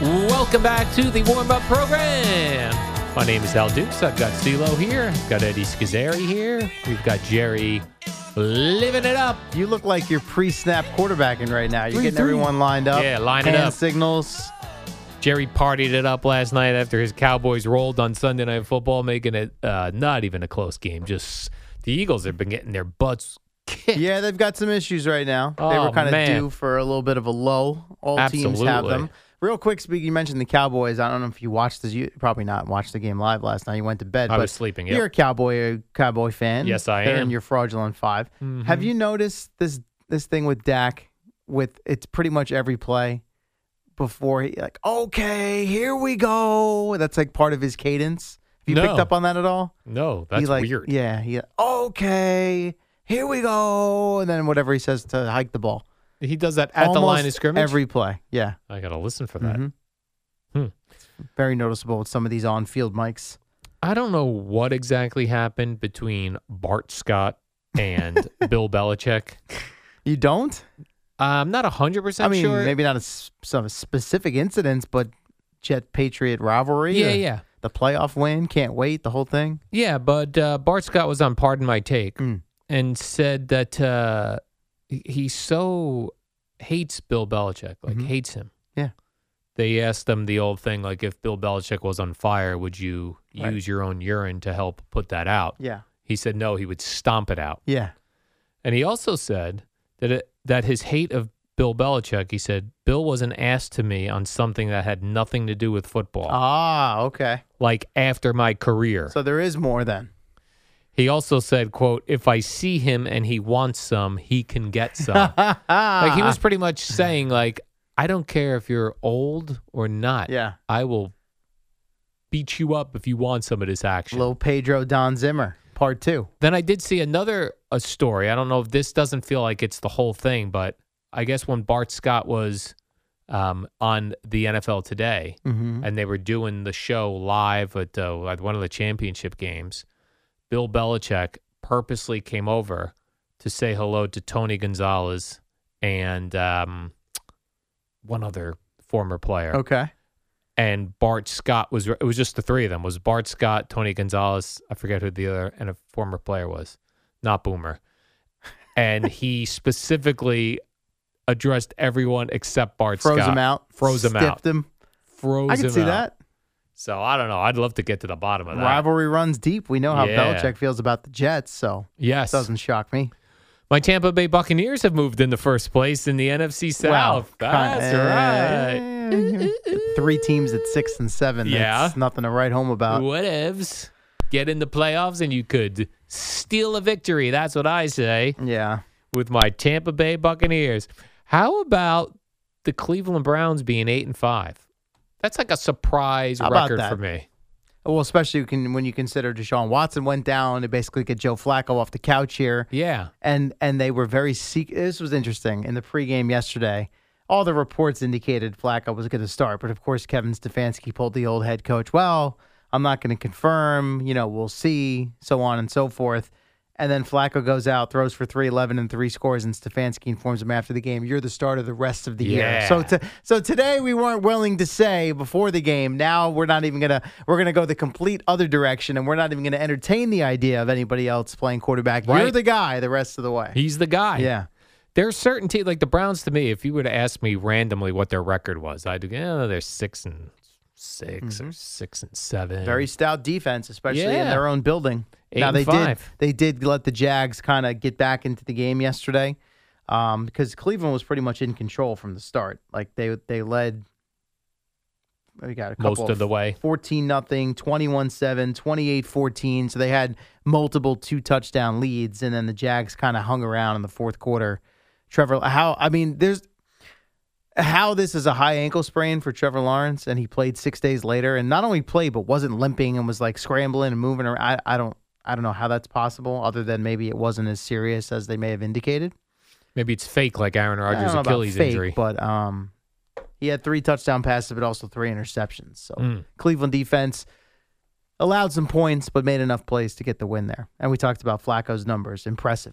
Welcome back to the warm up program. My name is Al Dukes. I've got CeeLo here. I've got Eddie Scazzeri here. We've got Jerry living it up. You look like you're pre-snap quarterbacking right now. You're getting everyone lined up. Yeah, line it hand up. signals. Jerry partied it up last night after his Cowboys rolled on Sunday Night Football, making it uh, not even a close game. Just the Eagles have been getting their butts kicked. Yeah, they've got some issues right now. they Oh, were kind man. of due for a little bit of a low. All teams have Absolutely. them. Real quick, speaking, you mentioned the Cowboys. I don't know if you watched this. You probably not watched the game live last night. You went to bed. I but was sleeping, yep. You're a Cowboy a Cowboy fan. Yes, I am. They're Mm-hmm. In your fraudulent 5 Have you noticed this this thing with Dak? With it's pretty much every play before he like okay here we go. That's like part of his cadence. Have you picked No. up on that at all? No, He, that's like, weird. Yeah. He okay. Here we go, and then whatever he says to hike the ball He does that at the Almost line of scrimmage. Every play, yeah, I got to listen for that. Mhm. Hmm. very noticeable with some of these on-field mics. I don't know what exactly happened between Bart Scott and Bill Belichick. You don't? I'm not 100% I mean, sure. maybe not a s some specific incidents, but Jet Patriot rivalry. yeah, or yeah. The playoff win, can't wait. The whole thing. Yeah, but uh, Bart Scott was on Pardon My Take Mm. and said that uh, he- he so hates Bill Belichick, like hates him. Mm-hmm. Yeah. They asked him the old thing, like if Bill Belichick was on fire, would you Right. use your own urine to help put that out? Yeah. He said no, he would stomp it out. Yeah. And he also said that it, that his hate of Bill Belichick, he said Bill was an ass to me on something that had nothing to do with football, Ah, okay. like after my career. So there is more then. He also said, quote, if I see him and he wants some, he can get some. like like he was pretty much saying, like, I don't care if you're old or not. Yeah. I will beat you up if you want some of this action. Little Pedro Don Zimmer, part two. Then I did see another a story. I don't know if this doesn't feel like it's the whole thing, but I guess when Bart Scott was um, on the NFL today Mm-hmm. and they were doing the show live at, uh, at one of the championship games, Bill Belichick purposely came over to say hello to Tony Gonzalez and um, one other former player Okay. and Bart Scott was it was just the three of them it was Bart Scott, Tony Gonzalez, I forget who the other and a former player was, not Boomer. And he specifically addressed everyone except Bart Froze Scott. him out. Froze him stiffed out. him. Froze I can him see out. that. So I don't know. I'd love to get to the bottom of that. Rivalry runs deep. We know how Yeah. Belichick feels about the Jets, so Yes. it doesn't shock me. My Tampa Bay Buccaneers have moved into first place in the NFC Wow. South. That's right. Three teams at six and seven. Yeah. That's nothing to write home about. Whatevs. Get in the playoffs and you could steal a victory. That's what I say. Yeah. with my Tampa Bay Buccaneers. How about the Cleveland Browns being eight and five? That's like a surprise How about record that? for me. Well, especially you can, when you consider Deshaun Watson went down to basically get Joe Flacco off the couch here. Yeah. and and they were very seek. This was interesting in the pregame yesterday. All the reports indicated Flacco was going to start, but of course Kevin Stefanski pulled the old head coach. Well, I'm not going to confirm. You know, we'll see, so on and so forth. And then Flacco goes out, throws for 311 and three scores, and Stefanski informs him after the game, "You're the starter the rest of the Yeah. year." So, to, so today we weren't willing to say before the game. Now we're not even gonna we're gonna go the complete other direction, and we're not even gonna entertain the idea of anybody else playing quarterback. You're Right. the guy the rest of the way. He's the guy. Yeah. There's certainty like the Browns to me, if you were to ask me randomly what their record was, I'd go, yeah, they're six and 6 or six and seven. Mm-hmm. Very stout defense, especially in Yeah. their own building. Eight now and they did five. they did let the Jags kind of get back into the game yesterday, um, because Cleveland was pretty much in control from the start. Like they they led. We got a couple most of the way. 14 nothing, 21-7, 28-14. So they had multiple two touchdown leads and then the Jags kind of hung around in the fourth quarter. Trevor how I mean there's how this is a high ankle sprain for Trevor Lawrence and he played 6 days later and not only played but wasn't limping and was like scrambling and moving around. I, I don't I don't know how that's possible other than maybe it wasn't as serious as they may have indicated. Maybe it's fake, like Aaron I don't Rodgers' know about Achilles fake, injury. But um, he had three touchdown passes, but also three interceptions. So Mm. Cleveland defense allowed some points, but made enough plays to get the win there. And we talked about Flacco's numbers, impressive.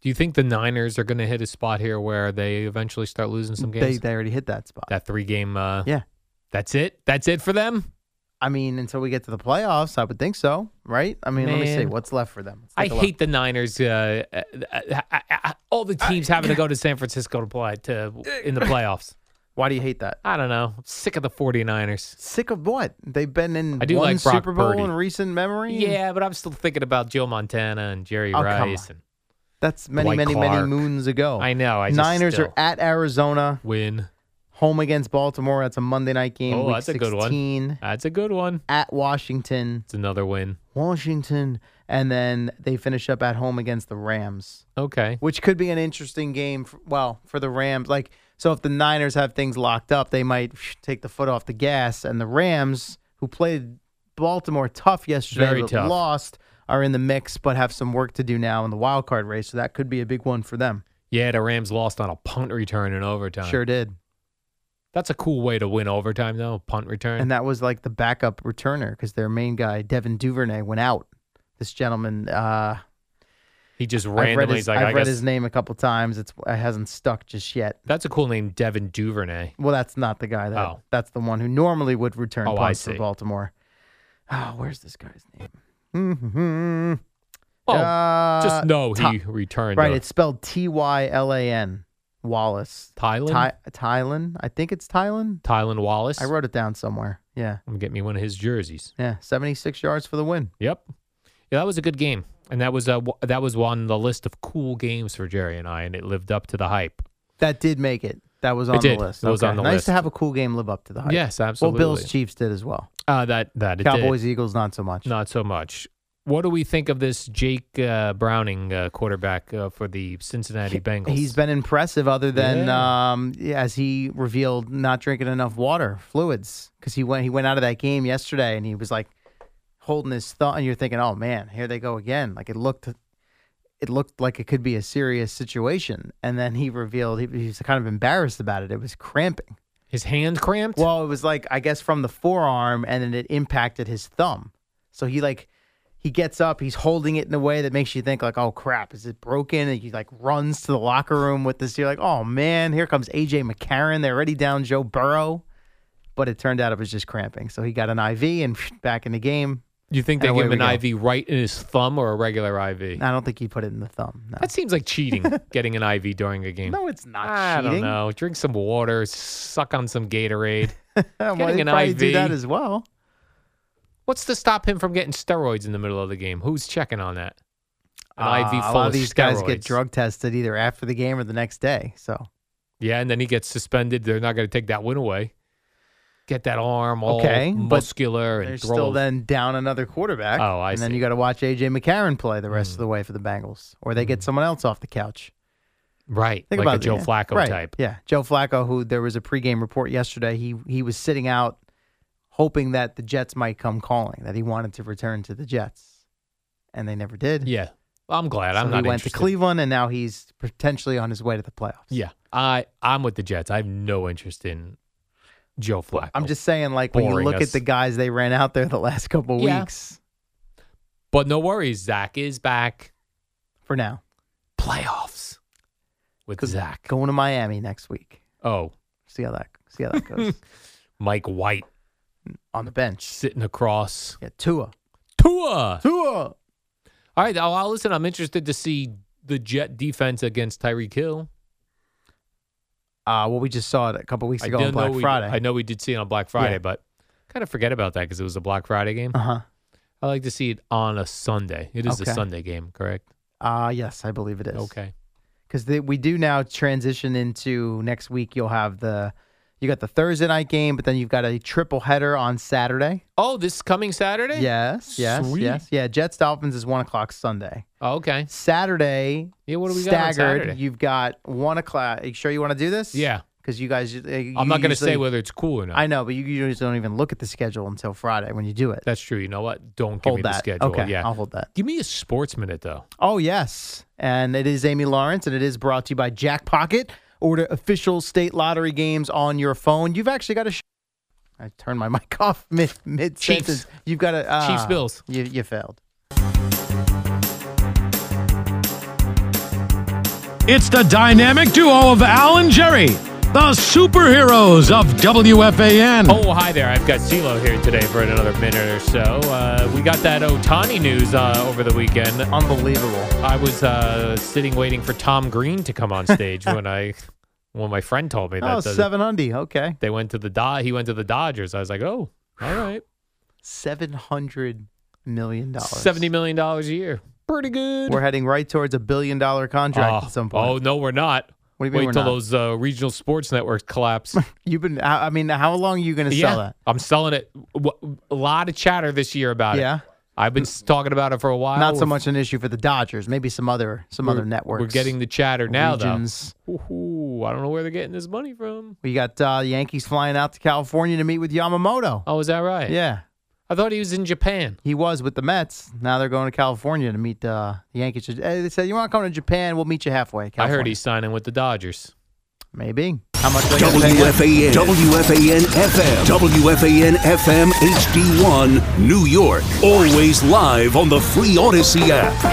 Do you think the Niners are going to hit a spot here where they eventually start losing some They, games? they already hit that spot. that three game. Uh, yeah. That's it. That's it for them. I mean, until we get to the playoffs, I would think so, right? I mean, let me see Man. what's left for them. Let's I take a look. hate the Niners. Uh, uh, uh, uh, uh, all the teams having to go to San Francisco to play to in the playoffs. Why do you hate that? I don't know. I'm sick of the 49ers. Sick of what? They've been in I do one like Brock Super Bowl Purdy. in recent memory. Yeah, but I'm still thinking about Joe Montana and Jerry Oh, come Rice. on. And that's many, Dwight many, Clark. many moons ago. I know, I just Niners still- are at Arizona. win. home against Baltimore. That's a Monday night game. Oh, week that's a 16, good one. That's a good one. At Washington, It's another win. Washington, and then they finish up at home against the Rams, Okay. which could be an interesting game. For, well, for the Rams, like so, if the Niners have things locked up, they might phew, take the foot off the gas, and the Rams, who played Baltimore tough yesterday, Very but tough. lost, are in the mix, but have some work to do now in the wild card race. So that could be a big one for them. Yeah, the Rams lost on a punt return in overtime. Sure did. That's a cool way to win overtime, though. Punt return. And that was like the backup returner because their main guy, Devin Duvernay, went out. This gentleman, uh, he just I've read, randomly his, is like, I've I read guess his name a couple times. It's it hasn't stuck just yet. that's a cool name, Devin Duvernay. Well, that's not the guy. That, Oh. That's the one who normally would return Oh, I punts for see. Baltimore. Oh, where's this guy's name? Oh, Uh, just know he Ty- returned. Uh, right, a- it's spelled T Y L A N Wallace. Tylen. Ty- Tylen, I think it's Tylen. Tylen Wallace. I I wrote. wrote it down somewhere. Yeah, I'm gonna get me one of his jerseys. yeah, seventy-six yards for the win. Yep. Yeah, that was a good game, and that was a that was on the list of cool games for Jerry and I, and it lived up to the hype. That did make it. That was on did. the list. It was Okay. on the nice list. to have a cool game live up to the hype. Yes, Well, Bills absolutely. Chiefs did as well. Uh, that that it did. Cowboys Eagles not so much. Not so much. What do we think of this Jake uh, Browning uh, quarterback uh, for the Cincinnati Bengals? He's been impressive, other than um, yeah, as he revealed not drinking enough water, fluids, because he went he went out of that game yesterday and he was like holding his thumb, and you're thinking, oh man, here they go again. Like it looked, it looked like it could be a serious situation, and then he revealed he, he was kind of embarrassed about it. It was cramping. his hand cramped. Well, it was like I guess from the forearm, and then it impacted his thumb. So he like he gets up, he's holding it in a way that makes you think like, oh crap, is it broken? And he like runs to the locker room with this. You're like, oh man, here comes AJ McCarron. They're already down Joe Burrow, but it turned out it was just cramping. So he got an IV and back in the game. you think and they away give him we an go. IV right in his thumb or a regular IV? I don't think he put it in the thumb. No, That seems like cheating, getting an IV during a game. no it's not I cheating. don't know. Drink some water, suck on some Gatorade. Well, Getting they an probably do IV. that as well. What's to stop him from getting steroids in the middle of the game? Who's checking on that? An Uh, IV full a lot of these guys get steroids. drug tested either after the game or the next day. So Yeah, and then he gets suspended. They're not going to take that win away. Get that arm all Okay, but muscular They're and throw. still a- then down another quarterback. Oh, I And then see. Hmm. you got to watch AJ McCarron play the rest of the way for the Bengals, or they get someone else off the couch. right, Think Hmm. like about a it, Joe yeah. Flacco Right, type. Yeah, Joe Flacco, who there was a pregame report yesterday. He he was sitting out, hoping that the Jets might come calling, that he wanted to return to the Jets, and they never did. Yeah, I'm glad. So I'm he not went interested. to Cleveland, and now he's potentially on his way to the playoffs. Yeah, I I'm with the Jets. I have no interest in Joe Flacco. I'm just saying, like when you Boring look us. at the guys they ran out there the last couple Yeah. weeks. But no worries, Zach is back. For now, Playoffs with 'Cause Zach. going to Miami next week. Oh, See how that see how that goes Mike White on the bench. sitting across Yeah, Tua, Tua. Tua. All right, I'll, I'll listen. I'm interested to see the Jet defense against Tyreek Hill. Uh, well, we just saw it a couple weeks ago did on know Black we- Friday. I know we did see it on Black Friday, Yeah. but kind of forget about that because it was a Black Friday game. Uh I like to see it on a Sunday. It is Okay. a Sunday game, correct? huh. Uh yes, I believe it is. Okay. because we do now transition into next week. You'll have the you got the Thursday night game, but then you've got a triple header on Saturday. Oh, this coming Saturday? Yes, yes, Sweet. yes, yeah. Jets Dolphins is one o'clock Sunday. Oh, okay. Saturday, Yeah, what do we got on staggered. Saturday? You've got one o'clock. Are you sure you want to do this? Yeah. because you guys. uh, I'm you not going to say usually- whether it's cool or not. I know, but you usually don't even look at the schedule until Friday when you do it. That's true. You know what? Don't give hold me that. the schedule. Okay, yeah. I'll hold that. Give me a sports minute though. Oh, yes. And it is Amy Lawrence, and it is brought to you by Jack Pocket. Order official state lottery games on your phone. You've actually got a. Sh- I turned my mic off mid mid Chiefs. sentence. You've got a uh, Chiefs Bills. You you failed. It's the dynamic duo of Al and Jerry, the superheroes of WFAN. Oh, hi there. I've got CeeLo here today for another minute or so. Uh, we got that Otani news uh, over the weekend. Unbelievable. I was uh, sitting waiting for Tom Green to come on stage when I when my friend told me that Oh, the- seven undy. Okay, they went to the Dod- he went to the Dodgers. I was like, "Oh, all right. seven hundred million dollars. 70 million dollars a year. Pretty good." We're heading right towards a billion dollar contract oh, at some oh, point. no, we're not. What do you mean Wait we're till not? those uh, regional sports networks collapse. You've been. I I mean, how long are you going to sell that? I'm selling it. W- A lot of chatter this year about Yeah. it. I've been s- talking about it for a while. Not so We're- much an issue for the Dodgers. Maybe some other some other networks. We're getting the chatter now, regions. though. Ooh, I don't know where they're getting this money from. We got uh, Yankees flying out to California to meet with Yamamoto. Oh, is that right? Yeah, I thought he was in Japan. he was with the Mets. Now they're going to California to meet uh, the Yankees. Hey, they said, "You want to come to Japan? We'll meet you halfway." I heard California." he's signing with the Dodgers. maybe. How much? they gotta pay him? WFAN, WFAN FM, WFAN FM HD1, New York. Always live on the free Odyssey app.